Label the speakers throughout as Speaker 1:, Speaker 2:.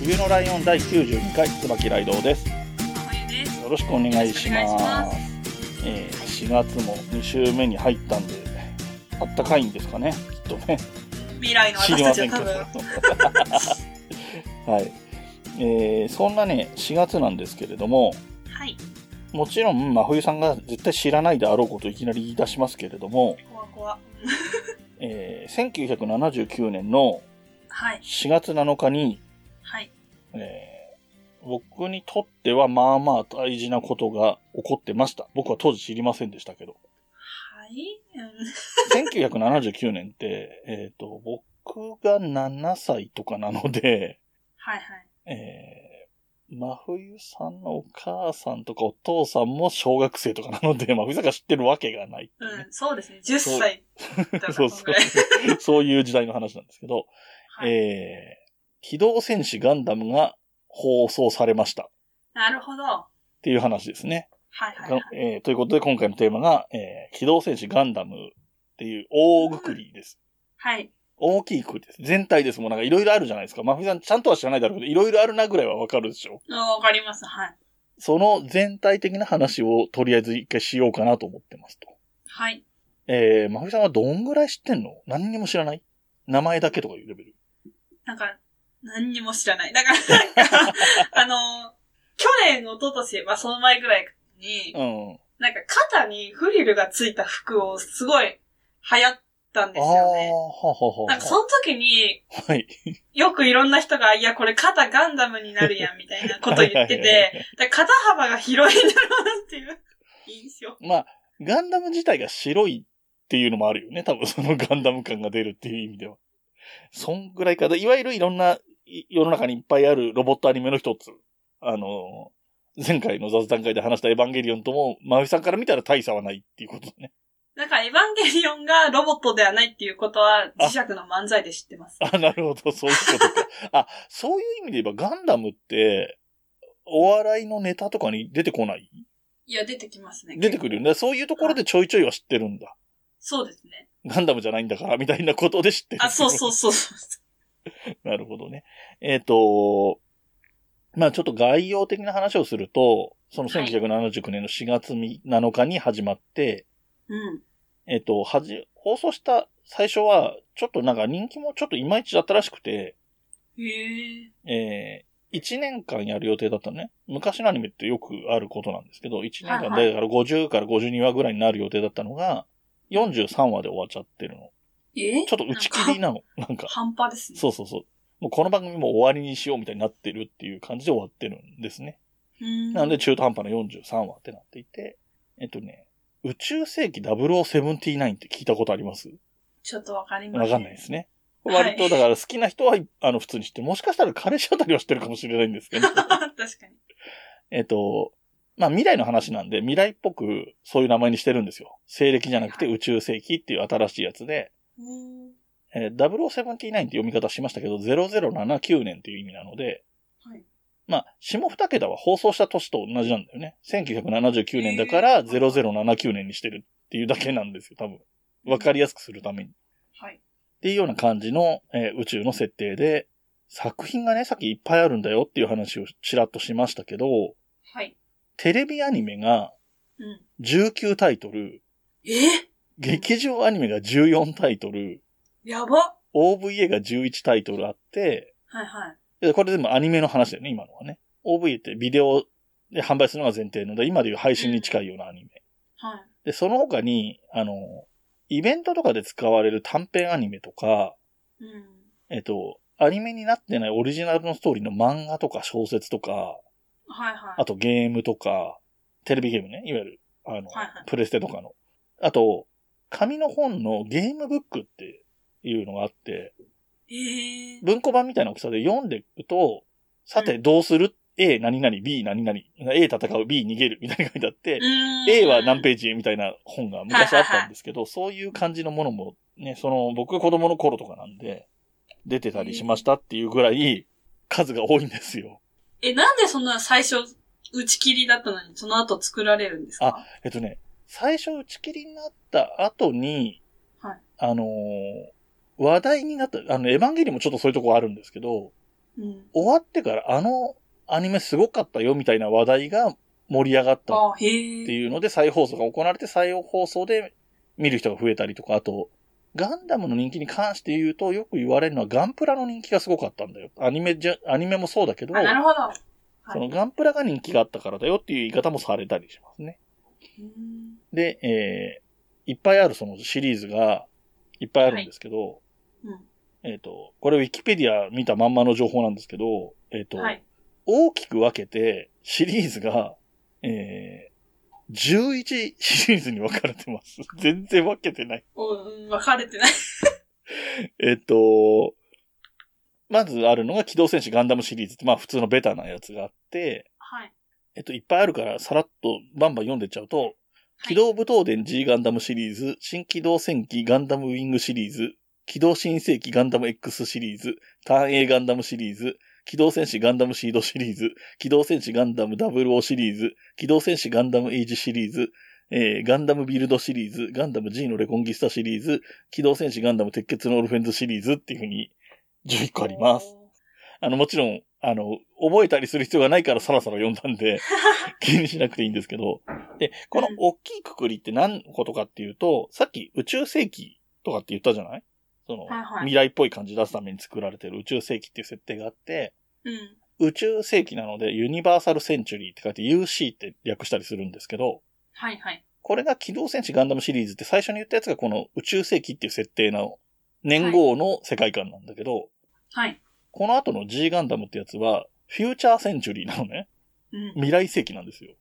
Speaker 1: 冬のライオン第92回、椿ライドウです。
Speaker 2: 真冬です
Speaker 1: よろしくお願いし
Speaker 2: よろしくお
Speaker 1: ま
Speaker 2: 願い
Speaker 1: す。えー、4月も2週目に入ったんで、あったかいんですかね、きっとね。
Speaker 2: 未来の
Speaker 1: 知り
Speaker 2: 私
Speaker 1: ま
Speaker 2: たち
Speaker 1: せ
Speaker 2: は
Speaker 1: ん
Speaker 2: 多
Speaker 1: けど。
Speaker 2: 分
Speaker 1: はい。えー、そんなね、4月なんですけれども、
Speaker 2: はい
Speaker 1: もちろん、真冬さんが絶対知らないであろうことをいきなり言い出しますけれども、
Speaker 2: 怖怖
Speaker 1: えー、1979年の
Speaker 2: はい
Speaker 1: 4月7日に、
Speaker 2: はい
Speaker 1: えー僕にとってはまあまあ大事なことが起こってました。僕は当時知りませんでしたけど。
Speaker 2: はい
Speaker 1: 1979年って、えっ、と、僕が7歳とかなので、
Speaker 2: はいはい
Speaker 1: えー、真冬さんのお母さんとかお父さんも小学生とかなので、 真冬さんが知ってるわけがないっていうね、
Speaker 2: うんそうですね10歳だから
Speaker 1: そう
Speaker 2: こ
Speaker 1: そ。
Speaker 2: んぐらいう
Speaker 1: そういう時代の話なんですけど、
Speaker 2: はい
Speaker 1: えー、機動戦士ガンダムが放送されましたっ
Speaker 2: なるほどは
Speaker 1: ていう話ですね。
Speaker 2: いはいはい
Speaker 1: えーということで今回のテーマが、えー機動戦士ガンダムっていう大ぐくりです。
Speaker 2: はい
Speaker 1: 大きいくりです。全体です。もうなんかいろいろあるじゃないですか。マフィさんちゃんとは知らないだろうけど、いろいろあるなぐらいはわかるでしょ。
Speaker 2: あわかりますはい
Speaker 1: その全体的な話をとりあえず一回しようかなと思ってますと。
Speaker 2: はい
Speaker 1: えー、マフィさんはどんぐらい知ってんの何にも知らない名前だけとかいうレベル。
Speaker 2: なんか何にも知らないだからなんかあの去年おととしまあその前ぐらいに
Speaker 1: うん。
Speaker 2: なんか肩にフリルがついた服をすごい流行ったんです
Speaker 1: ああ、
Speaker 2: よね。
Speaker 1: ははは
Speaker 2: なんかその時に
Speaker 1: はい。
Speaker 2: よくいろんな人が、いやこれ肩ガンダムになるやんみたいなこと言ってて、だから肩幅が広いんだろうなっていう印象。
Speaker 1: まあ、ガンダム自体が白いっていうのもあるよね。多分そのガンダム感が出るっていう意味では。そんぐらいか。でいわゆるいろんない世の中にいっぱいあるロボットアニメの一つ。あの、前回の雑談会で話したエヴァンゲリオンとも、まふさんから見たら大差はないっていうことだね。
Speaker 2: なんかエヴァンゲリオンがロボットではないっていうことは磁石の漫才で知ってます。
Speaker 1: あ、なるほど。そういうことか。あ、そういう意味で言えばガンダムって、お笑いのネタとかに出てこない
Speaker 2: いや、出てきますね。
Speaker 1: 出てくるよね。そういうところでちょいちょいは知ってるんだ。
Speaker 2: そうですね。
Speaker 1: ガンダムじゃないんだから、みたいなことで知ってる。
Speaker 2: あ、そうそうそうそう。
Speaker 1: なるほどね。えっ、と、まあちょっと概要的な話をすると、その
Speaker 2: はい
Speaker 1: 1979年の4月7日に始まって、
Speaker 2: うん。
Speaker 1: えっ、と、はじ、放送した最初は、ちょっとなんか人気もちょっといまいちだったらしくて、
Speaker 2: へえ。
Speaker 1: え1年間やる予定だったのね。昔のアニメってよくあることなんですけど、1年間
Speaker 2: はいは
Speaker 1: で、だから50から52話ぐらいになる予定だったのが、43話で終わっちゃってるの。
Speaker 2: え
Speaker 1: ちょっと打ち切りなの。なんか。
Speaker 2: 半端ですね。
Speaker 1: そうそうそう。もうこの番組も終わりにしようみたいになってるっていう感じで終わってるんですね。
Speaker 2: うん。
Speaker 1: なんで中途半端な43話ってなっていて、えっとね、宇宙世紀0079って聞いたことあります
Speaker 2: ちょっとわかりま
Speaker 1: わ
Speaker 2: す。
Speaker 1: かんないですね。
Speaker 2: はい
Speaker 1: 割とだから好きな人は、あの普通に知って、もしかしたら彼氏あたりは知ってるかもしれないんです けど、
Speaker 2: 確かに。
Speaker 1: えっと、まあ未来の話なんで未来っぽくそういう名前にしてるんですよ。西暦じゃなくて宇宙世紀っていう新しいやつで、
Speaker 2: うん
Speaker 1: えー、0079って読み方しましたけど、0079年っていう意味なので、
Speaker 2: はい
Speaker 1: まあ、下二桁は放送した年と同じなんだよね。1979年だから0079年にしてるっていうだけなんですよ、多分。わかりやすくするために。っ
Speaker 2: はい。
Speaker 1: ていうような感じの、えー宇宙の設定で、作品がね、さっきいっぱいあるんだよっていう話をちらっとしましたけど、
Speaker 2: はい。
Speaker 1: テレビアニメが
Speaker 2: うん。
Speaker 1: 19タイトル、
Speaker 2: え
Speaker 1: 劇場アニメが14タイトル、
Speaker 2: やば
Speaker 1: OVA が11タイトルあって、
Speaker 2: はいはい。
Speaker 1: でこれ全部アニメの話だよね、今のはね。OV ってビデオで販売するのが前提ので、今でいう配信に近いようなアニメ。
Speaker 2: はい。
Speaker 1: で、その他に、あの、イベントとかで使われる短編アニメとか、
Speaker 2: うん。
Speaker 1: えっと、アニメになってないオリジナルのストーリーの漫画とか小説とか、
Speaker 2: はいはい。
Speaker 1: あとゲームとか、テレビゲームね、いわゆる、あの、
Speaker 2: はいはい
Speaker 1: プレステとかの。あと、紙の本のゲームブックっていうのがあって、
Speaker 2: えへえ。
Speaker 1: 文庫版みたいな大きさで読んでいくと、さてどうする ?A 何々、B 何々、A 戦う、B 逃げるみたいなのが書いてあって、A は何
Speaker 2: ペ
Speaker 1: ページへみたいな本が昔あったんですけど、そういう感じのものもね、その僕が子供の頃とかなんで、出てたりしましたっていうぐらい数が多いんですよ。
Speaker 2: え、なんでそんな最初、打ち切りだったのに、その後作られるんですか
Speaker 1: えっとね、最初打ち切りになった後に、
Speaker 2: はい
Speaker 1: あのー話題になった、あの、エヴァンゲリオンもちょっとそういうとこあるんですけど、
Speaker 2: うん。
Speaker 1: 終わってからあのアニメすごかったよみたいな話題が盛り上がったっ
Speaker 2: あ、へえ。
Speaker 1: ていうので再放送が行われて再放送で見る人が増えたりとか、あと、ガンダムの人気に関して言うと、よく言われるのはガンプラの人気がすごかったんだよ。アニメじゃ、アニメもそうだけど、
Speaker 2: あ、なるほど。
Speaker 1: そのガンプラが人気があったからだよっていう言い方もされたりしますね。
Speaker 2: うん
Speaker 1: で、えー、いっぱいあるそのシリーズがいっぱいあるんですけど、
Speaker 2: うん
Speaker 1: えっ、と、これウィキペディア見たまんまの情報なんですけど、えっ、と、
Speaker 2: はい。
Speaker 1: 大きく分けてシリーズが、えー、11シリーズに分かれてます。 全然分けてない。
Speaker 2: おうん、分かれてない。
Speaker 1: えっ、と、まずあるのが機動戦士ガンダムシリーズって、まあ普通のベタなやつがあって、
Speaker 2: はい。
Speaker 1: えっと、いっぱいあるから、さらっとバンバン読んでっちゃうと、
Speaker 2: い
Speaker 1: 機動武闘伝 G ガンダムシリーズ、新機動戦機ガンダムウィングシリーズ、機動新世紀ガンダム X シリーズ、ターン A ガンダムシリーズ、機動戦士ガンダムシードシリーズ、機動戦士ガンダム00シリーズ、機動戦士ガンダムエイジシリーズ、えーガンダムビルドシリーズ、ガンダム G のレコンギスタシリーズ、機動戦士ガンダム鉄血のオルフェンズシリーズっていう風に11個あります。あの、もちろん、あの、覚えたりする必要がないからさらさら読んだんで、気にしなくていいんですけど。で、この大きいくくりって何のことかっていうと、さっき宇宙世紀とかって言ったじゃないその、
Speaker 2: はいはい
Speaker 1: 未来っぽい感じ出すために作られてる宇宙世紀っていう設定があって、
Speaker 2: おー。 うん。
Speaker 1: 宇宙世紀なのでユニバーサルセンチュリーって書いて UC って略したりするんですけど、
Speaker 2: はいはい。
Speaker 1: これが機動戦士ガンダムシリーズって最初に言ったやつがこの宇宙世紀っていう設定の年号の世界観なんだけど、
Speaker 2: はい。
Speaker 1: この後の G ガンダムってやつは、フューチャーセンチュリーなのね。
Speaker 2: うん。はい
Speaker 1: 未来世紀なんですよ。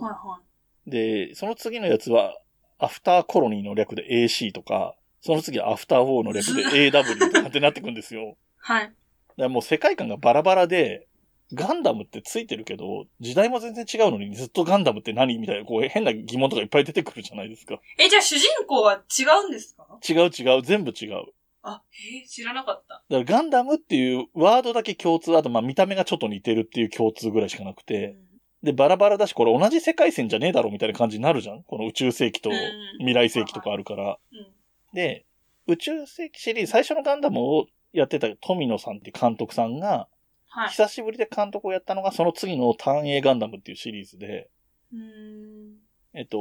Speaker 2: は
Speaker 1: で、その次のやつは、アフターコロニーの略で AC とか、その次はアフターウォーの略で AW とかってなってくんですよ。
Speaker 2: い。はい。
Speaker 1: だからもう世界観がバラバラで、ガンダムってついてるけど、時代も全然違うのにずっとガンダムって何みたいな、こう変な疑問とかいっぱい出てくるじゃないですか。
Speaker 2: え、じゃあ主人公は違うんですか
Speaker 1: 違う違う、全部違う。
Speaker 2: あ、えー知らなかった。
Speaker 1: だからガンダムっていうワードだけ共通、あとまあ見た目がちょっと似てるっていう共通ぐらいしかなくて、で、バラバラだし、これ同じ世界線じゃねえだろみたいな感じになるじゃんこの宇宙世紀と
Speaker 2: うん
Speaker 1: 未来世紀とかあるから。
Speaker 2: うん。
Speaker 1: で、宇宙世紀シリーズ、最初のガンダムをやってた富野さんっていう監督さんが、
Speaker 2: はい。
Speaker 1: 久しぶりで監督をやったのが、その次の単影ガンダムっていうシリーズで、
Speaker 2: うーん。
Speaker 1: えっと、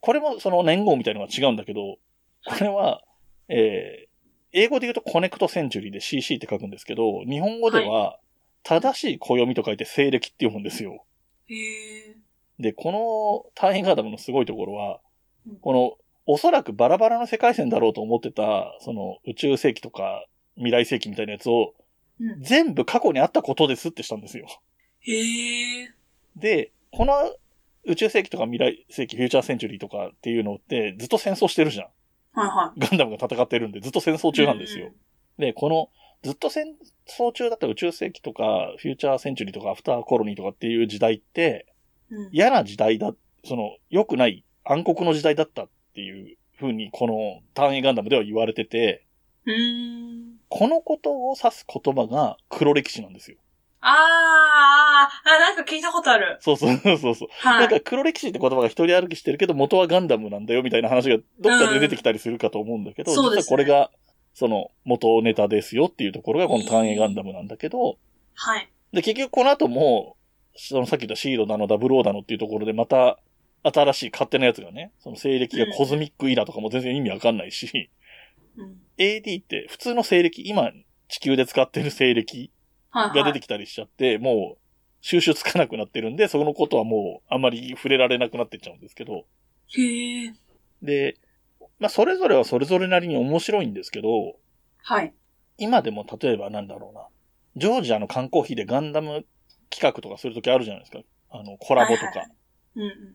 Speaker 1: これもその年号みたいなのが違うんだけど、これは、えー、英語で言うとコネクトセンチュリーで CC って書くんですけど、日本語では、正しい暦と書いて西暦って読むんですよ。
Speaker 2: へえ。
Speaker 1: で、この単位ガンダムのすごいところは
Speaker 2: うん、
Speaker 1: この、おそらくバラバラの世界線だろうと思ってた、その宇宙世紀とか未来世紀みたいなやつを、
Speaker 2: うん。
Speaker 1: 全部過去にあったことですってしたんですよ。
Speaker 2: へえ。
Speaker 1: で、この宇宙世紀とか未来世紀、フューチャーセンチュリーとかっていうのって、ずっと戦争してるじゃん。
Speaker 2: はいはい。
Speaker 1: ガンダムが戦ってるんで、ずっと戦争中なんですよ。で、この、ずっと戦争中だった宇宙世紀とか、フューチャーセンチュリーとか、アフターコロニーとかっていう時代って、
Speaker 2: うん。うん。
Speaker 1: 嫌な時代だ、その、良くない暗黒の時代だったっていう風に、この単影ガンダムでは言われてて、
Speaker 2: うーん。
Speaker 1: このことを指す言葉が黒歴史なんですよ。
Speaker 2: あー、あー、なんか聞いたことある。
Speaker 1: そうそうそうそう。
Speaker 2: は
Speaker 1: なんか
Speaker 2: い。
Speaker 1: 黒歴史って言葉が一人歩きしてるけど、元はガンダムなんだよみたいな話がどっかで出てきたりするかと思うんだけど、
Speaker 2: うん
Speaker 1: 実
Speaker 2: そうで
Speaker 1: は
Speaker 2: すね
Speaker 1: これが、その元ネタですよっていうところがこの単影ガンダムなんだけど、
Speaker 2: はい。
Speaker 1: で、結局この後も、そのさっき言ったシードなの、ダブローだのっていうところで、また、新しい勝手なやつがね、その西暦がコズミックイラとかも全然意味わかんないし、
Speaker 2: うん。
Speaker 1: AD って普通の西暦、今地球で使ってる西暦
Speaker 2: はい、はい。
Speaker 1: が出てきたりしちゃって、もう収集つかなくなってるんで、そのことはもうあんまり触れられなくなってっちゃうんですけど、
Speaker 2: へえ。
Speaker 1: で、まあそれぞれはそれぞれなりに面白いんですけど、
Speaker 2: はい。
Speaker 1: 今でも例えばなんだろうな、ジョージアの缶コーヒーでガンダム企画とかするときあるじゃないですか。あの、コラボと
Speaker 2: はいは
Speaker 1: か。
Speaker 2: うんうん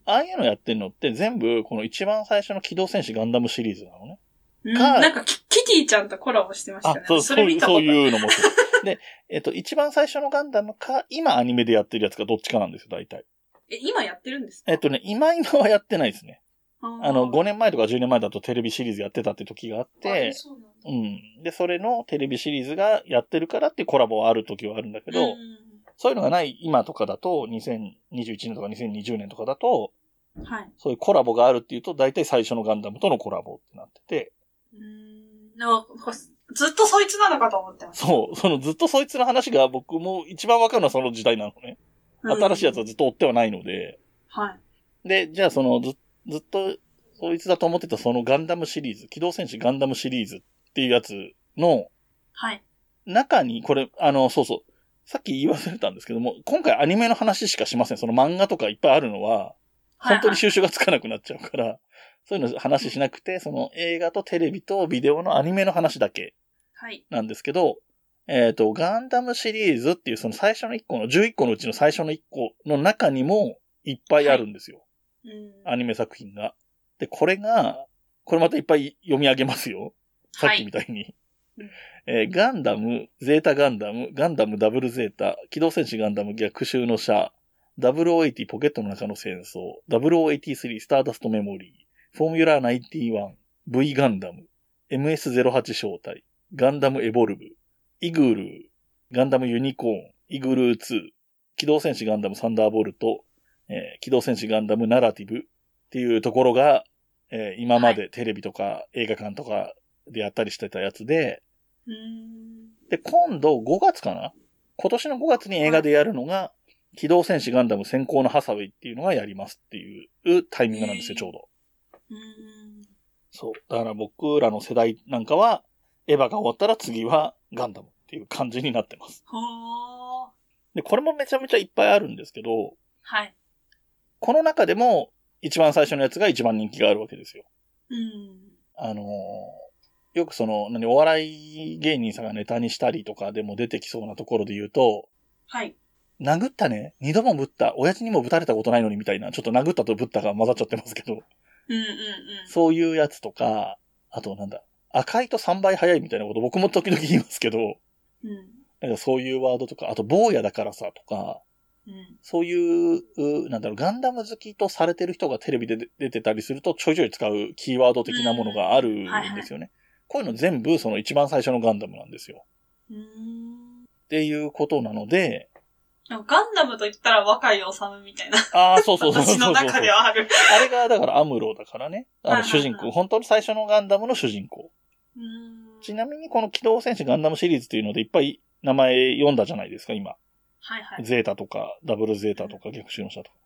Speaker 1: ああいうのやってんのって全部、この一番最初の機動戦士ガンダムシリーズなのね。
Speaker 2: うん。
Speaker 1: か
Speaker 2: なんかき聞いキティちゃんとコラボしてました
Speaker 1: あ
Speaker 2: よね。、
Speaker 1: そう、
Speaker 2: そ
Speaker 1: そ
Speaker 2: れ
Speaker 1: うい
Speaker 2: 見
Speaker 1: う、
Speaker 2: たこ
Speaker 1: そ
Speaker 2: と
Speaker 1: ういうのもそう。で、 えっと、一番最初のガンダムか、今アニメでやってるやつかどっちかなんですよ、大体。
Speaker 2: え、今やってるんですか
Speaker 1: えっとね、今今はやってないですね。あの、5
Speaker 2: 年
Speaker 1: 年前とか10年前だとテレビシリーズやってたって時があって、
Speaker 2: そうなんだ
Speaker 1: うん。で、それのテレビシリーズがやってるからっていうコラボはある時はあるんだけど、
Speaker 2: う
Speaker 1: そういうのがない今とかだと、2021年とか2020年とかだと、
Speaker 2: んはい。
Speaker 1: そういうコラボがあるっていうと、大体最初のガンダムとのコラボってなってて、
Speaker 2: うーんなんかずっとそいつなのかと思ってました。
Speaker 1: そう、そのずっとそいつの話が僕も一番わかるのはその時代なのね。新しいやつ
Speaker 2: うん
Speaker 1: はずっと追ってはないので、
Speaker 2: はい。
Speaker 1: で、じゃあそのず、ずっとそいつだと思ってたそのガンダムシリーズ、機動戦士ガンダムシリーズっていうやつの
Speaker 2: はい。
Speaker 1: 中に、これ、あの、そうそう、さっき言い忘れたんですけども、今回アニメの話しかしません。その漫画とかいっぱいあるのは、本当に収集がつかなくなっちゃうから、そういうの話しなくて、その映画とテレビとビデオのアニメの話だけ
Speaker 2: はい。
Speaker 1: なんですけど、えっ、と、ガンダムシリーズっていうその最初の1個の、11個のうちの最初の1個の中にもいっぱいあるんですよ。
Speaker 2: はい。うん
Speaker 1: アニメ作品が。で、これが、これまたいっぱい読み上げますよ。さっきみたいに。
Speaker 2: うん
Speaker 1: えーガンダム、ゼータガンダム、ガンダムダブルゼータ、機動戦士ガンダム逆襲の車、0080ポケットの中の戦争、0083スターダストメモリー、フォーミュラー91、V ガンダム、MS08 正体、ガンダムエボルブ、イグルー、ガンダムユニコーン、イグルー2、機動戦士ガンダムサンダーボルト、えー機動戦士ガンダムナラティブっていうところが、えー今までテレビとか映画館とかでやったりしてたやつで、
Speaker 2: うーん
Speaker 1: で、今度5月かな今年の5月に映画でやるのが、機動戦士ガンダム先行のハサウェイっていうのがやりますっていうタイミングなんですよ、
Speaker 2: へー
Speaker 1: ちょうど。
Speaker 2: うーん
Speaker 1: そう。だから僕らの世代なんかは、エヴァが終わったら次はガンダムっていう感じになってます。
Speaker 2: ほー。
Speaker 1: で、これもめちゃめちゃいっぱいあるんですけど、
Speaker 2: はい。
Speaker 1: この中でも一番最初のやつが一番人気があるわけですよ。
Speaker 2: うん。
Speaker 1: あのーよくその、何、お笑い芸人さんがネタにしたりとかでも出てきそうなところで言うと、
Speaker 2: はい。
Speaker 1: 殴ったね、二度もぶった、親父にもぶたれたことないのにみたいな、ちょっと殴ったとぶったが混ざっちゃってますけど、
Speaker 2: うんうんうん。
Speaker 1: そういうやつとか、あとなんだ、赤いと3倍早いみたいなこと僕も時々言いますけど、
Speaker 2: うん。
Speaker 1: なんかそういうワードとか、あと坊やだからさとか、
Speaker 2: うん。
Speaker 1: そういう、うなんだろう、ガンダム好きとされてる人がテレビで出てたりすると、ちょいちょい使うキーワード的なものがあるんですよね。こういうの全部、その一番最初のガンダムなんですよ。
Speaker 2: うーん。
Speaker 1: っていうことなので、
Speaker 2: なんかガンダムと言ったら若いおさむみたいな、
Speaker 1: ああ、そうそうそうそう
Speaker 2: 私
Speaker 1: そ
Speaker 2: の
Speaker 1: うそう。
Speaker 2: 中ではある。
Speaker 1: あれが、だからアムロだからね。あ
Speaker 2: はい
Speaker 1: の、
Speaker 2: はい
Speaker 1: 主人公。本当の最初のガンダムの主人公。
Speaker 2: うーん
Speaker 1: ちなみに、この機動戦士ガンダムシリーズっていうので、いっぱい名前読んだじゃないですか、今。
Speaker 2: はいはい。
Speaker 1: ゼータとか、ダブルゼータとか、逆襲の者とか。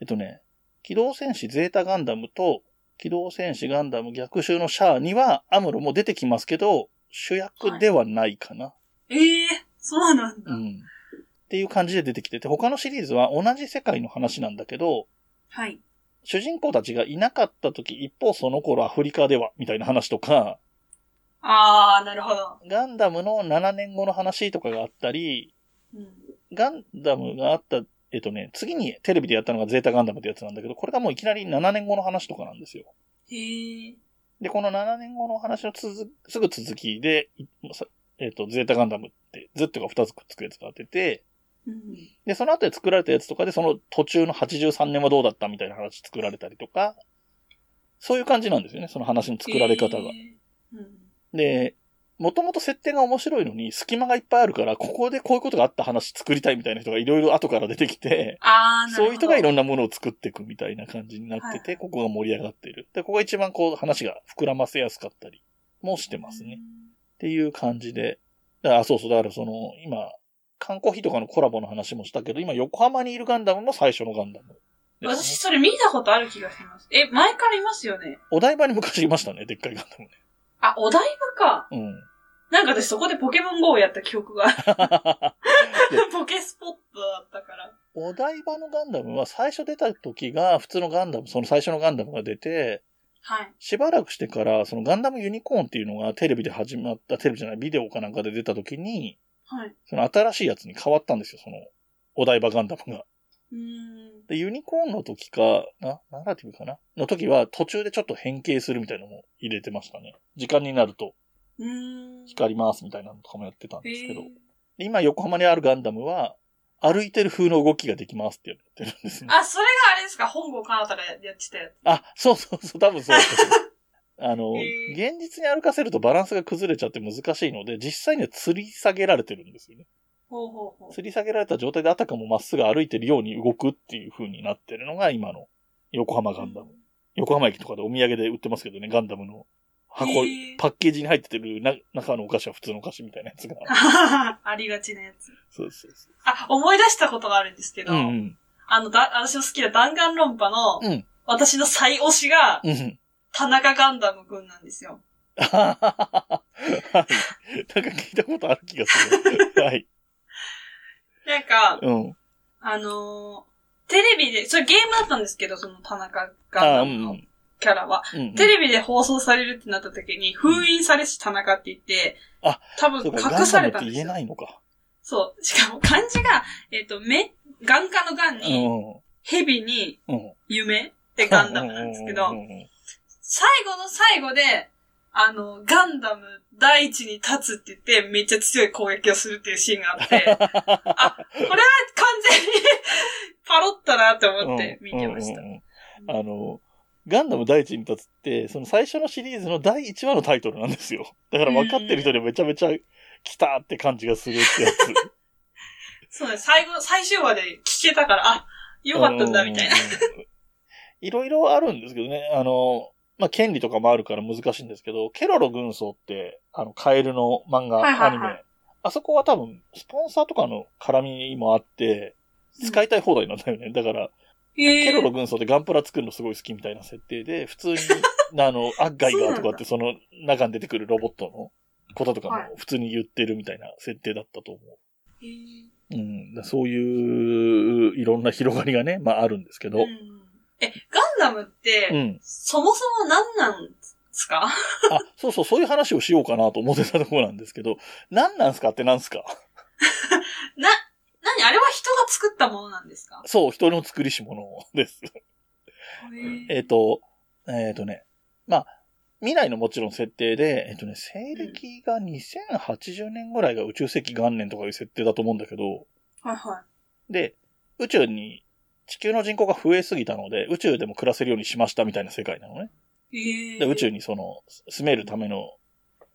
Speaker 1: えっとね、機動戦士ゼータガンダムと、機動戦士ガンダム逆襲のシャアには、アムロも出てきますけど、主役ではないかな。
Speaker 2: ええー、そうなんだ。
Speaker 1: うん。っていう感じで出てきてて、他のシリーズは同じ世界の話なんだけど、
Speaker 2: はい。
Speaker 1: 主人公たちがいなかった時、一方その頃アフリカでは、みたいな話とか、
Speaker 2: あー、なるほど。
Speaker 1: ガンダムの7年後の話とかがあったり、
Speaker 2: うん。
Speaker 1: ガンダムがあった、えっとね、次にテレビでやったのがゼータガンダムってやつなんだけど、これがもういきなり7年後の話とかなんですよ。
Speaker 2: へー。
Speaker 1: で、この7年後の話の続すぐ続きで、いさえっと、ゼータガンダムって、Z が2つくっつくやつが出て、
Speaker 2: うん。
Speaker 1: で、その後で作られたやつとかで、その途中の83年はどうだったみたいな話作られたりとか、そういう感じなんですよね、その話の作られ方が
Speaker 2: へ。ーうん。
Speaker 1: で、もともと設定が面白いのに、隙間がいっぱいあるから、ここでこういうことがあった話作りたいみたいな人がいろいろ後から出てきて、
Speaker 2: あー、なるほど。
Speaker 1: そういう人がい
Speaker 2: ろ。
Speaker 1: ろんなものを作っていくみたいな感じになってて、ここが盛り上がってる。で、ここが一番こう話が膨らませやすかったりもしてますね。。っていう感じで。だからあ、そうそう。だからその、今、缶コーヒーとかのコラボの話もしたけど、今横浜にいるガンダムも最初のガンダムですね、
Speaker 2: 私、それ見たことある気がします。え、前からいますよね。
Speaker 1: お台場に昔いましたね、でっかいガンダ
Speaker 2: あ、お台場か。
Speaker 1: ムね。うん。
Speaker 2: なんか私そこでポケモン GO をやった記憶が ある。ポケスポットだったから。
Speaker 1: お台場のガンダムは最初出た時が普通のガンダム、その最初のガンダムが出て、
Speaker 2: はい。
Speaker 1: しばらくしてから、そのガンダムユニコーンっていうのがテレビで始まった、テレビじゃない、ビデオかなんかで出た時に、
Speaker 2: はい。
Speaker 1: その新しいやつに変わったんですよ、その、お台場ガンダムが。
Speaker 2: うーん。
Speaker 1: で、ユニコーンの時か、な、ナラティブかなの時は途中でちょっと変形するみたいなのも入れてましたね。時間になると。
Speaker 2: うーん。
Speaker 1: 光りますみたいなのとかもやってたんですけど
Speaker 2: へー、
Speaker 1: で今横浜にあるガンダムは、歩いてる風の動きができますってやってるんですね。
Speaker 2: あ、それがあれですか本郷かなたがやってたやつ。
Speaker 1: あ、そうそうそう、多分そうです。 あの、
Speaker 2: へー
Speaker 1: 現実に歩かせるとバランスが崩れちゃって難しいので、実際には吊り下げられてるんですよね。
Speaker 2: ほうほうほう。
Speaker 1: 吊り下げられた状態であたかもまっすぐ歩いてるように動くっていう風になってるのが今の横浜ガンダム。横浜駅とかでお土産で売ってますけどね、ガンダムの箱、
Speaker 2: へー
Speaker 1: パッケージに入ってるな中のお菓子は普通のお菓子みたいなやつが。
Speaker 2: ありがちなやつ。
Speaker 1: そうそうそ
Speaker 2: あ、思い出したことがあるんですけど、
Speaker 1: う。うんうん。
Speaker 2: あの、だ、私の好きな弾丸論破の、
Speaker 1: うん
Speaker 2: 私の最推しが、
Speaker 1: うんうん。
Speaker 2: 田中ガンダムくんなんですよ。
Speaker 1: はい。なんか聞いたことある気が する。はい。
Speaker 2: なんか、
Speaker 1: うん。
Speaker 2: あのーテレビで、それゲームだったんですけど、その田中
Speaker 1: あ
Speaker 2: ガ
Speaker 1: う
Speaker 2: ンダムの
Speaker 1: ん
Speaker 2: キャラは。
Speaker 1: うん。
Speaker 2: テレビで放送されるってなった時に、封印されし田中って言って、
Speaker 1: あ
Speaker 2: 多
Speaker 1: う
Speaker 2: 分
Speaker 1: んそうか、ガ
Speaker 2: 隠
Speaker 1: ンダ
Speaker 2: さ
Speaker 1: ム
Speaker 2: れ
Speaker 1: ったて
Speaker 2: んで
Speaker 1: 言え
Speaker 2: すよ。
Speaker 1: ないのか。
Speaker 2: そう。しかも漢字が、えっ、と、目、眼科の眼
Speaker 1: う
Speaker 2: に、
Speaker 1: ん。
Speaker 2: 蛇に
Speaker 1: うん。
Speaker 2: 夢ってガンダムなんですけ
Speaker 1: う
Speaker 2: ど
Speaker 1: んう、んうん
Speaker 2: 最後の最後で、あの、ガンダム第一に立つって言って、めっちゃ強い攻撃をするっていうシーンがあ って、あ、これは完全に パロったなって思って見てました
Speaker 1: うん。うんうんうんあの、ガンダム第一に立つって、その最初のシリーズの第1話のタイトルなんですよ。だから分かってる人にはめちゃめちゃ来たって感じがするってやつ。
Speaker 2: そうです。最後、最終話で聞けたから、あ、よかったんだ、みたいな。
Speaker 1: うん。いろいろあるんですけどね。あの、まあ、権利とかもあるから難しいんですけど、ケロロ軍曹って、あの、カエルの漫画、
Speaker 2: はいはいはい
Speaker 1: アニメ。あそこは多分、スポンサーとかの絡みもあって、使いたい放題なんだよね。だから、
Speaker 2: え
Speaker 1: ケロロ軍曹ってガンプラ作るのすごい好きみたいな設定で、普通に、あの、アッガイガーとかってその中に出てくるロボットのこととか
Speaker 2: はい
Speaker 1: も普通に言ってるみたいな設定だったと思う。
Speaker 2: えー
Speaker 1: うん、だそういういろんな広がりがね、まああるんですけど。
Speaker 2: う
Speaker 1: うん
Speaker 2: え、ガンダムって、
Speaker 1: ん。
Speaker 2: そもそも何なんですか
Speaker 1: あ、そうそう、そういう話をしようかなと思ってたところなんですけど、何なんすかって何すか
Speaker 2: な、何あれは人が作ったものなんですか
Speaker 1: そう、人の作りし物です。えっ、と、えっ、とね、まあ、未来のもちろん設定で、えっ、とね、西暦が2080年ぐらいが宇宙世紀元年とかいう設定だと思うんだけど、
Speaker 2: はいは
Speaker 1: で、宇宙に、地球の人口が増えすぎたので、宇宙でも暮らせるようにしましたみたいな世界なのね。
Speaker 2: い。えー
Speaker 1: で宇宙にその、住めるための、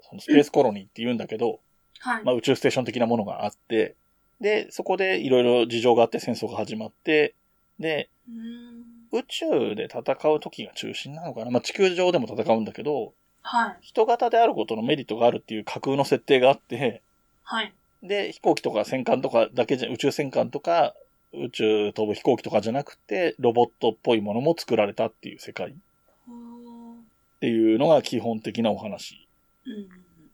Speaker 1: そのスペースコロニーって言うんだけど、
Speaker 2: はい。
Speaker 1: まあ宇宙ステーション的なものがあって、で、そこでいろいろ事情があって戦争が始まって、で、
Speaker 2: うーん
Speaker 1: 宇宙で戦う時が中心なのかなまあ地球上でも戦うんだけど、
Speaker 2: はい。
Speaker 1: 人型であることのメリットがあるっていう架空の設定があって、
Speaker 2: はい。
Speaker 1: で、飛行機とか戦艦とかだけじゃ、宇宙戦艦とか、宇宙飛ぶ飛行機とかじゃなくて、ロボットっぽいものも作られたっていう世界っ
Speaker 2: ほーうん
Speaker 1: ていうのが基本的なお話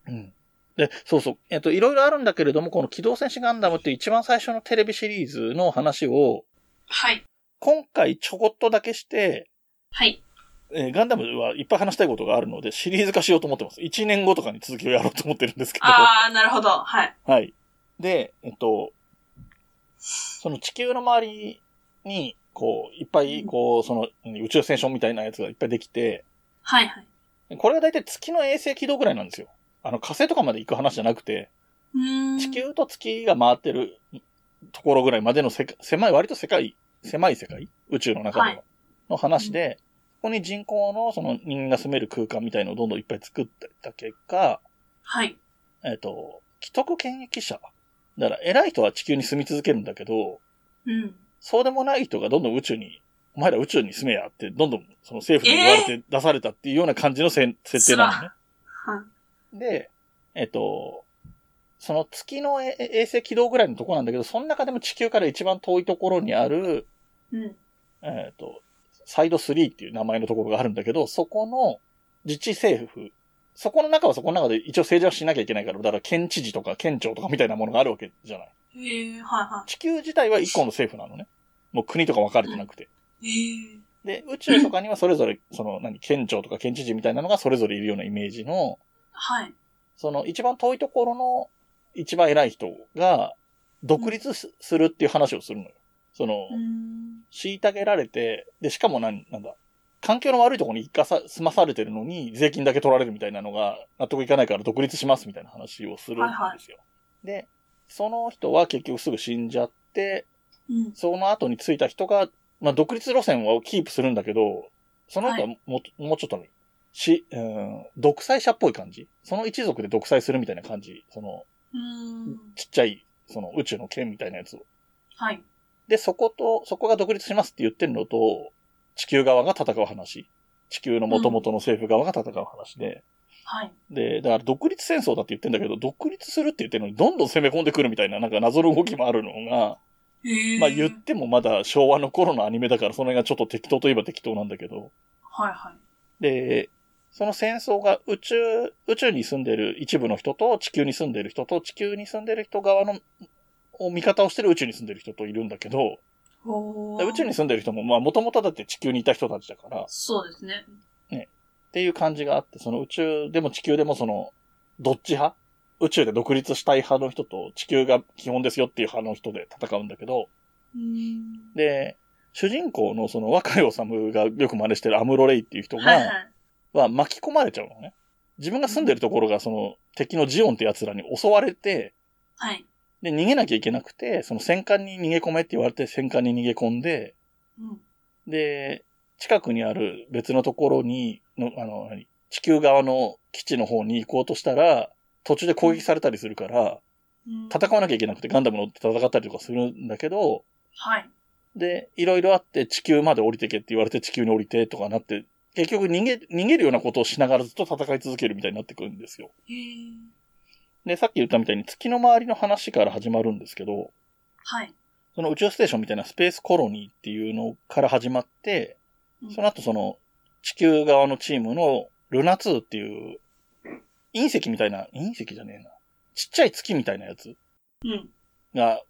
Speaker 2: うん
Speaker 1: うん。で、そうそう。えっと、いろいろあるんだけれども、この機動戦士ガンダムっていう一番最初のテレビシリーズの話を、
Speaker 2: はい。
Speaker 1: 今回ちょこっとだけして、
Speaker 2: はい。
Speaker 1: えーガンダムはいっぱい話したいことがあるので、シリーズ化しようと思ってます。1年後とかに続きをやろうと思ってるんですけど。は
Speaker 2: あー、なるほど。はい。
Speaker 1: い。で、えっと、その地球の周りに、こう、いっぱい、こう、その、うん宇宙ステーションみたいなやつがいっぱいできて、
Speaker 2: はいはい。
Speaker 1: これが大体月の衛星軌道ぐらいなんですよ。あの、火星とかまで行く話じゃなくて、
Speaker 2: うーん。
Speaker 1: 地球と月が回ってるところぐらいまでのせか狭い、割と世界、狭い世界宇宙の中での,、
Speaker 2: はい
Speaker 1: の話で、ここに人工のその人間が住める空間みたいのをどんどんいっぱい作っていった結果、
Speaker 2: はい。
Speaker 1: えっ、と、既得権益者。だから偉い人は地球に住み続けるんだけど、
Speaker 2: うん。
Speaker 1: そうでもない人がどんどん宇宙に、お前ら宇宙に住めやって、どんどんその政府に言われて出されたっていうような感じのせん設定なのね。
Speaker 2: はい。
Speaker 1: で、えっと、その月のえ衛星軌道ぐらいのところなんだけど、その中でも地球から一番遠いところにある、
Speaker 2: うん。
Speaker 1: えっと、サイド3っていう名前のところがあるんだけど、そこの自治政府、そこの中はそこの中で一応政治はしなきゃいけないから、だから県知事とか県庁とかみたいなものがあるわけじゃない。
Speaker 2: えー、は
Speaker 1: 地球自体は一個の政府なのね。もう国とか分かれてなくて。
Speaker 2: いはい。えー。
Speaker 1: で、宇宙とかにはそれぞれ、その何、県庁とか県知事みたいなのがそれぞれいるようなイメージの、
Speaker 2: はい。
Speaker 1: その一番遠いところの一番偉い人が独立すするっていう話をするのよ。その
Speaker 2: う、ーん。
Speaker 1: 虐げられて、で、しかもなん、なんだ、環境の悪いところに行かさ、済まされてるのに、税金だけ取られるみたいなのが、納得いかないから独立しますみたいな話をするんですよ。で、その人は結局すぐ死んじゃって、
Speaker 2: うん。
Speaker 1: その後についた人が、まあ、独立路線をキープするんだけど、その人はも,、もうちょっとね、し、うん、独裁者っぽい感じその一族で独裁するみたいな感じ。その、
Speaker 2: うん。
Speaker 1: ちっちゃい、その宇宙の剣みたいなやつを。
Speaker 2: はい。
Speaker 1: で、そこと、そこが独立しますって言ってるのと、地球側が戦う話。地球の元々の政府側が戦う話で。
Speaker 2: はい。
Speaker 1: で、だから独立戦争だって言ってんだけど、独立するって言ってるのにどんどん攻め込んでくるみたいな、なんか謎の動きもあるのが、
Speaker 2: へえ。
Speaker 1: まあ言ってもまだ昭和の頃のアニメだから、その辺がちょっと適当といえば適当なんだけど。
Speaker 2: はいはい。
Speaker 1: で、その戦争が宇宙、宇宙に住んでる一部の人と地球に住んでる人と地球に住んでる人側の、を味方をしてる宇宙に住んでる人といるんだけど、
Speaker 2: お
Speaker 1: 宇宙に住んでる人も、まあもともとだって地球にいた人たちだから、っ
Speaker 2: そうですね。
Speaker 1: ていう感じがあって、その宇宙でも地球でもその、どっち派宇宙で独立したい派の人と地球が基本ですよっていう派の人で戦うんだけど、
Speaker 2: うん。
Speaker 1: で、主人公のその若い治がよく真似してるアムロレイっていう人が、
Speaker 2: はいはい。
Speaker 1: は巻き込まれちゃうのね。自分が住んでるところがその敵のジオンって奴らに襲われて、
Speaker 2: はい。
Speaker 1: で、逃げなきゃいけなくて、その戦艦に逃げ込めって言われて戦艦に逃げ込んで、
Speaker 2: うん。
Speaker 1: で、近くにある別のところに、のあの、何地球側の基地の方に行こうとしたら、途中で攻撃されたりするから、
Speaker 2: うん
Speaker 1: 戦わなきゃいけなくてガンダム乗って戦ったりとかするんだけど、
Speaker 2: はい。
Speaker 1: で、いろいろあって地球まで降りてけって言われて地球に降りてとかなって、結局逃げ、逃げるようなことをしながらずっと戦い続けるみたいになってくるんですよ。
Speaker 2: へえ。
Speaker 1: で、さっき言ったみたいに月の周りの話から始まるんですけど、
Speaker 2: はい。
Speaker 1: その宇宙ステーションみたいなスペースコロニーっていうのから始まっ
Speaker 2: う
Speaker 1: て、
Speaker 2: ん
Speaker 1: その後その地球側のチームのルナ2っていう隕石みたいな、隕石じゃねえな。ちっちゃい月みたいなやつ
Speaker 2: うん。
Speaker 1: が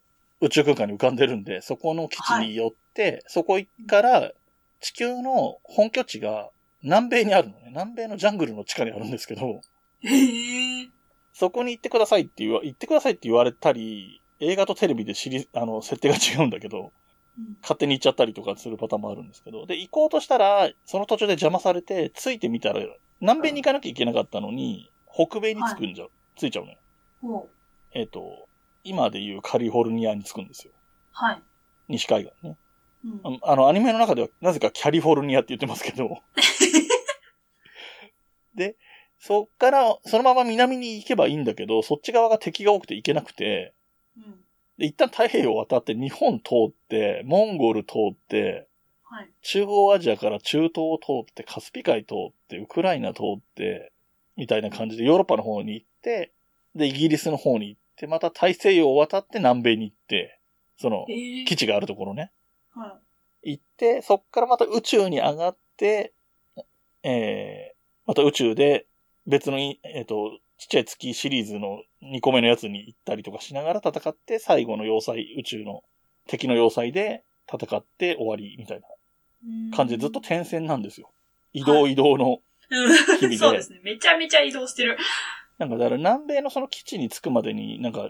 Speaker 1: 宇宙空間に浮かんでるんで、そこの基地に寄って、そこから地球の本拠地が南米にあるのね。南米のジャングルの地下にあるんですけど、
Speaker 2: へえ。そ
Speaker 1: そこに行ってくださいって言わ、行ってくださいって言われたり、映画とテレビで知り、あの、設定が違うんだけど、
Speaker 2: うん。
Speaker 1: 勝手に行っちゃったりとかするパターンもあるんですけど、で、行こうとしたら、その途中で邪魔されて、ついてみたら、南米に行かなきゃいけなかったのに、北米に着くんじゃ、着いちゃうのよ。
Speaker 2: ほう。
Speaker 1: えっ、と、今でいうカリフォルニアに着くんですよ。
Speaker 2: はい。
Speaker 1: 西海岸ね。
Speaker 2: うん。
Speaker 1: あのあの、アニメの中ではなぜかキャリフォルニアって言ってますけど。で、そっから、そのまま南に行けばいいんだけど、そっち側が敵が多くて行けなくて、
Speaker 2: うん。
Speaker 1: で、一旦太平洋を渡って日本通って、モンゴル通って、
Speaker 2: はい。
Speaker 1: 中央アジアから中東を通って、カスピ海通って、ウクライナ通って、みたいな感じでヨーロッパの方に行って、で、イギリスの方に行って、また大西洋を渡って南米に行って、その、
Speaker 2: へえ。
Speaker 1: 基地があるところね。
Speaker 2: は
Speaker 1: 行って、そっからまた宇宙に上がって、えー、また宇宙で別のい、えっ、と、ちっちゃい月シリーズの2個目のやつに行ったりとかしながら戦って、最後の要塞、宇宙の敵の要塞で戦って終わりみたい
Speaker 2: い。
Speaker 1: な感じでずっと
Speaker 2: 手。
Speaker 1: 転戦なんですよ。移
Speaker 2: は
Speaker 1: 動移動の。
Speaker 2: う
Speaker 1: 々で
Speaker 2: ん そうですね。めちゃめちゃ移動してる。
Speaker 1: なんかだから南米のその基地に着くまでになんか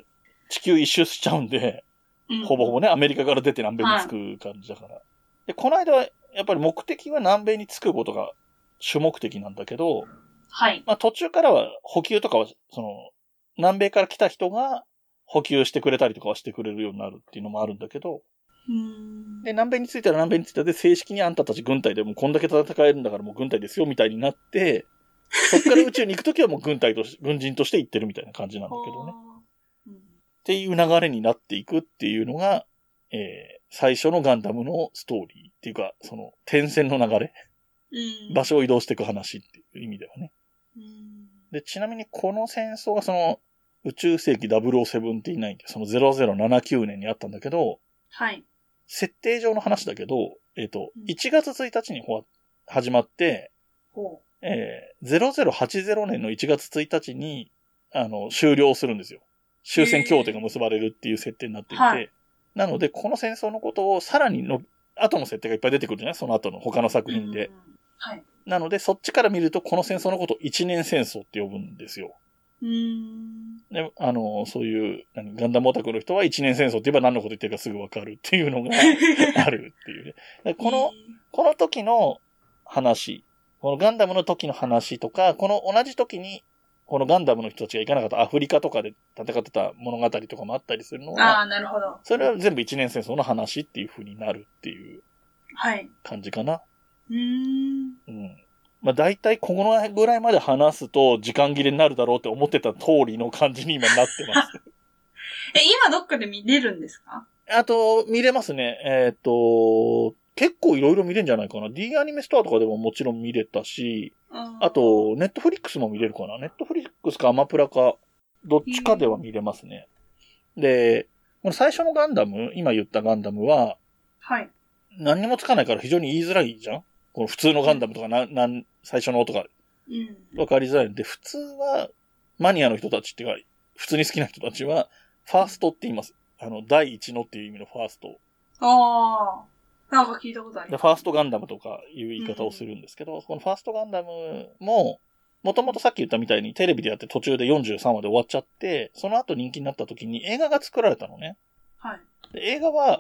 Speaker 1: 地球一周しちゃうんで、
Speaker 2: うん
Speaker 1: ほぼほぼね、アメリカから出て南米に着く感じだから。で、この間は、やっぱり目的は南米に着くことが主目的なんだけど、
Speaker 2: はい。
Speaker 1: まあ途中からは補給とかは、その、南米から来た人が補給してくれたりとかはしてくれるようになるっていうのもあるんだけど、
Speaker 2: うん。
Speaker 1: で、南米に着いたら南米に着いたで正式にあんたたち軍隊でもうこんだけ戦えるんだからもう軍隊ですよみたいになって、そっから宇宙に行くときはもう軍隊とし、軍人として行ってるみたいな感じなんだけどね。
Speaker 2: ほううん
Speaker 1: っていう流れになっていくっていうのが、えー最初のガンダムのストーリーっていうか、その、点線の流れ、
Speaker 2: うん。
Speaker 1: 場所を移動していく話っていう意味ではね。
Speaker 2: うん。
Speaker 1: で、ちなみにこの戦争がその、宇宙世紀0079ってその0079年にあったんだけど、
Speaker 2: はい。
Speaker 1: 設定上の話だけど、えっ、と
Speaker 2: うん、
Speaker 1: 1月1日にほわ始まって、
Speaker 2: ほ
Speaker 1: えー0080年の1月1日に、あの、終了するんですよ。終戦協定が結ばれるっていう設定になっていて、
Speaker 2: えーはい
Speaker 1: なので、この戦争のことをさらにの、後の設定がいっぱい出てくるじゃないその後の他の
Speaker 2: う。
Speaker 1: 作品で。
Speaker 2: うん。はい。
Speaker 1: なので、そっちから見ると、この戦争のことを一年戦争って呼ぶんですよ。
Speaker 2: うん。
Speaker 1: で、あの、そういう、何ガンダムオタクの人は一年戦争って言えば何のこと言ってる かすぐわかるっていうのがあるっていうね。だからこの、この時の話、このガンダムの時の話とか、この同じ時に、このガンダムの人たちが行かなかったアフリカとかで戦ってた物語とかもあったりするの
Speaker 2: あ
Speaker 1: は、
Speaker 2: あ、なるほど。
Speaker 1: それは全部一年戦争の話っていう風になるっていう
Speaker 2: はい。
Speaker 1: 感じかな。
Speaker 2: うーん。
Speaker 1: うん。まあ大体このぐらいまで話すと時間切れになるだろうって思ってた通りの感じに今なってます。
Speaker 2: え、今どっかで見れるんですか
Speaker 1: あと、見れますね。えっ、と、結構いろいろ見れるんじゃないかな。D アニメストアとかでももちろん見れたし、あ
Speaker 2: あ、
Speaker 1: と、ネットフリックスも見れるかな。ネットフリックスかアマプラか、どっちかでは見れますね。で、この最初のガンダム、今言ったガンダムは、
Speaker 2: はい。
Speaker 1: 何にもつかないから非常に言いづらいじゃんこの普通のガンダムとか、なん、なん、最初の音が
Speaker 2: うん。
Speaker 1: わかりづらいんで、普通は、マニアの人たちっていうか、普通に好きな人たちは、ファーストって言います。あの、第一のっていう意味のファースト。
Speaker 2: ああ。なんか聞いたことあり
Speaker 1: で、
Speaker 2: ます。
Speaker 1: ファーストガンダムとかいう言い方をするんですけど、このファーストガンダムも、もともとさっき言ったみたいにテレビでやって途中で43話で終わっちゃって、その後人気になった時に映画が作られたのね。
Speaker 2: はい。
Speaker 1: で映画は、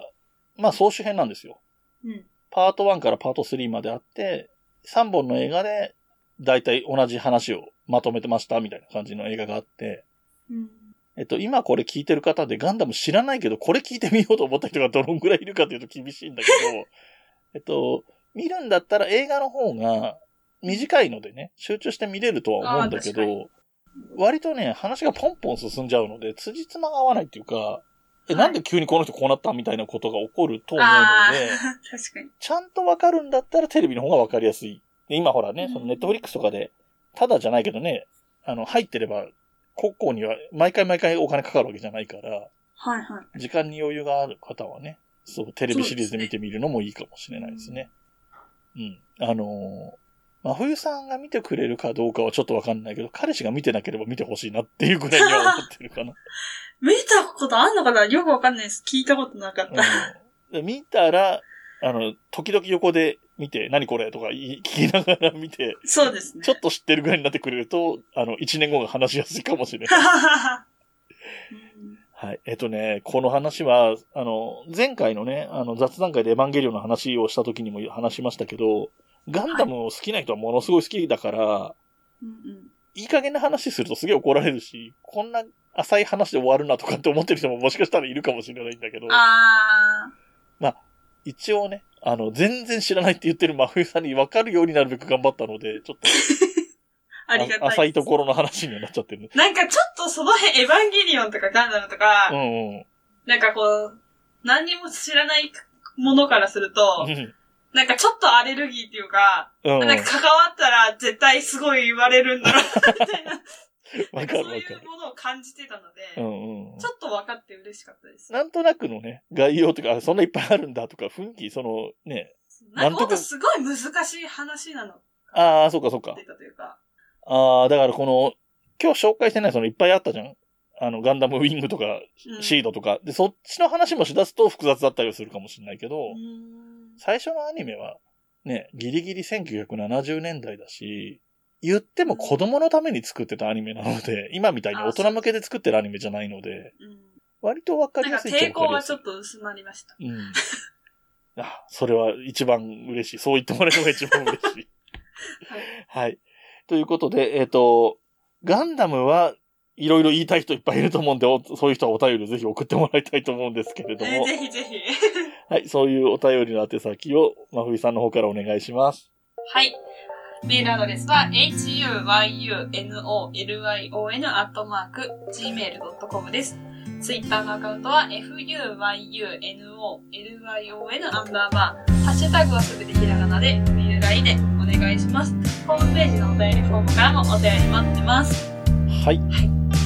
Speaker 1: まあ総集編なんですよ。
Speaker 2: うん。
Speaker 1: パート1からパート3まであって、3本の映画で大体同じ話をまとめてましたみたいな感じの映画があって、
Speaker 2: うん。
Speaker 1: えっと、今これ聞いてる方でガンダム知らないけど、これ聞いてみようと思った人がどのぐらいいるかというと厳しいんだけど、えっと、見るんだったら映画の方が短いのでね、集中して見れるとは思うんだけ
Speaker 2: あー
Speaker 1: ど、割とね、話がポンポン進んじゃうので、辻褄が合わないっていうか、え、なんで急にこの人こうなったみたいなことが起こると思う
Speaker 2: ああ
Speaker 1: ので、
Speaker 2: ー、 確かに。
Speaker 1: ちゃんとわかるんだったらテレビの方がわかりやすい。で今ほらね
Speaker 2: う、ん
Speaker 1: そのネットフリックスとかで、ただじゃないけどね、あの、入ってれば、高校には毎回毎回お金かかるわけじゃないから、
Speaker 2: はいはい。
Speaker 1: 時間に余裕がある方はね、そう、テレビシリーズで見てみるのもいいかもしれないですね。うん。あのー真冬さんが見てくれるかどうかはちょっとわかんないけど、彼氏が見てなければ見てほしいなっていうぐらいには思ってるかな。
Speaker 2: 見たことあんのかなよくわかんないです。聞いたことなかった。
Speaker 1: うんで見たら、あの、時々横で見て、何これとか言い聞きながら見て、
Speaker 2: そうですね。
Speaker 1: ちょっと知ってるぐらいになってくれると、あの、1年後が話しやすいかもし れない。
Speaker 2: ははははうん
Speaker 1: はい。えっとね、この話は、あの、前回のね、あの、雑談会でエヴァンゲリオンの話をした時にも話しましたけど、ガンダムを好きな人はものすごい好きだか
Speaker 2: うん
Speaker 1: ら、
Speaker 2: うん
Speaker 1: い、い加減な話するとすげえ怒られるし、こんな浅い話で終わるなとかって思ってる人ももしかしたらいるかもしれないんだけど、
Speaker 2: あ
Speaker 1: 一応ね、あの、全然知らないって言ってる真冬さんに分かるようになるべく頑張ったので、ちょっと
Speaker 2: あ、ありがたい。
Speaker 1: 浅いところの話にはなっちゃってるね。
Speaker 2: なんかちょっとその辺、エヴァンゲリオンとかガンダムとか、
Speaker 1: うんうん
Speaker 2: なんかこう、何にも知らないものからすると、
Speaker 1: うん。
Speaker 2: なんかちょっとアレルギーっていうか、
Speaker 1: うん。
Speaker 2: なんか関わったら絶対すごい言われるんだろうな、みたいな、
Speaker 1: わか
Speaker 2: そ
Speaker 1: る
Speaker 2: う
Speaker 1: わか
Speaker 2: い
Speaker 1: る。
Speaker 2: うものを感じてたので、
Speaker 1: うんうん。
Speaker 2: ちょっと分かって嬉しかったです。
Speaker 1: なんとなくのね、概要とか、あそんないっぱいあるんだとか、雰囲気、そのね、
Speaker 2: なん
Speaker 1: なん
Speaker 2: か
Speaker 1: と
Speaker 2: ほ
Speaker 1: か
Speaker 2: んとすごい難しい話なのっ
Speaker 1: ああ、そうかそうか
Speaker 2: て。たというか、
Speaker 1: ああ、だからこの、今日紹介してない、そのいっぱいあったじゃんあの、ガンダムウィングとか、
Speaker 2: うん
Speaker 1: シードとか。で、そっちの話もしだすと複雑だったりはするかもしれないけど、
Speaker 2: うん
Speaker 1: 最初のアニメは、ね、ギリギリ1970年代だし、言っても子供のために作ってたアニメなので、今みたいに大人向けで作ってるアニメじゃないので、
Speaker 2: うん
Speaker 1: 割とわかり
Speaker 2: な
Speaker 1: や
Speaker 2: んか
Speaker 1: すいっち
Speaker 2: 抵
Speaker 1: ゃわか
Speaker 2: 抗
Speaker 1: りや
Speaker 2: は
Speaker 1: す
Speaker 2: ち
Speaker 1: い
Speaker 2: ょっ。と薄まりました。
Speaker 1: うん。 あ、それは一番嬉しい。そう言ってもらえるのが一番嬉しい。はい。ということで、えっ、と、ガンダムはいろいろ言いたい人いっぱいいると思うんで、おそういう人はお便りをぜひ送ってもらいたいと思うんですけれど
Speaker 2: えー
Speaker 1: も、
Speaker 2: ぜひぜひ。
Speaker 1: はい、そういうお便りの宛先を、まふいさんの方からお願いします。
Speaker 2: はい。メールアドレスは、huyunolion gmail.com です。ツイッターのアカウントは、fuyunolion アンダーバー、ハッシュタグはすべてひらがなで、メールライでお願いします。ホームページのお便りフォームからもお便り待ってます。
Speaker 1: はい。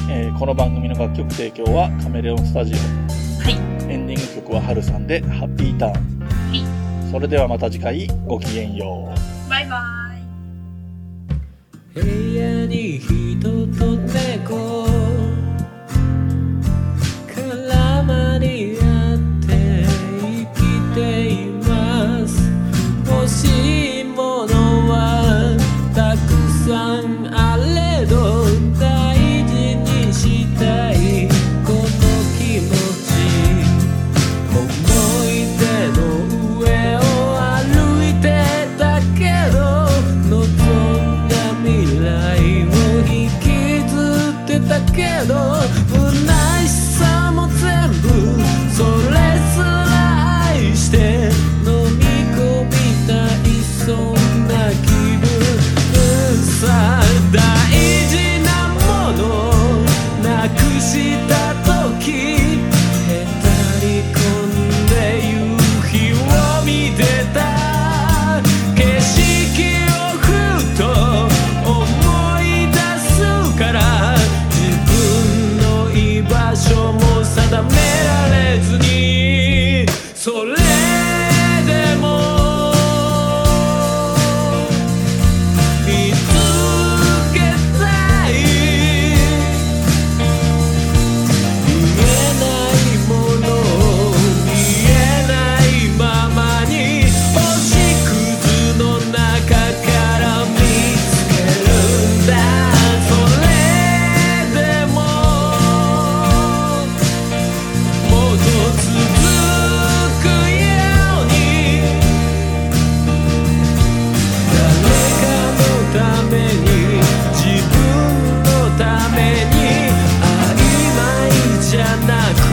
Speaker 1: えーこの番組の楽曲提供はカメレオンスタジオ。
Speaker 2: は
Speaker 1: エンディング曲はハルさんで、ハッピーターン。それではまた次回、ごきげんよう。
Speaker 2: バイバイ。
Speaker 3: 部屋に人と猫絡まり合って生きています欲しいものはたくさんあれど大事にしたいこの気持ち思い出の上を歩いてたけどした時へたり込んで夕日を見てた景色をふと思い出すから自分の居場所も定められずにそれでも見つけたい「見えないもの見えないままに星屑の中から見つけるんだ」「それでももっと続くように」誰かのために自分のために曖昧じゃなく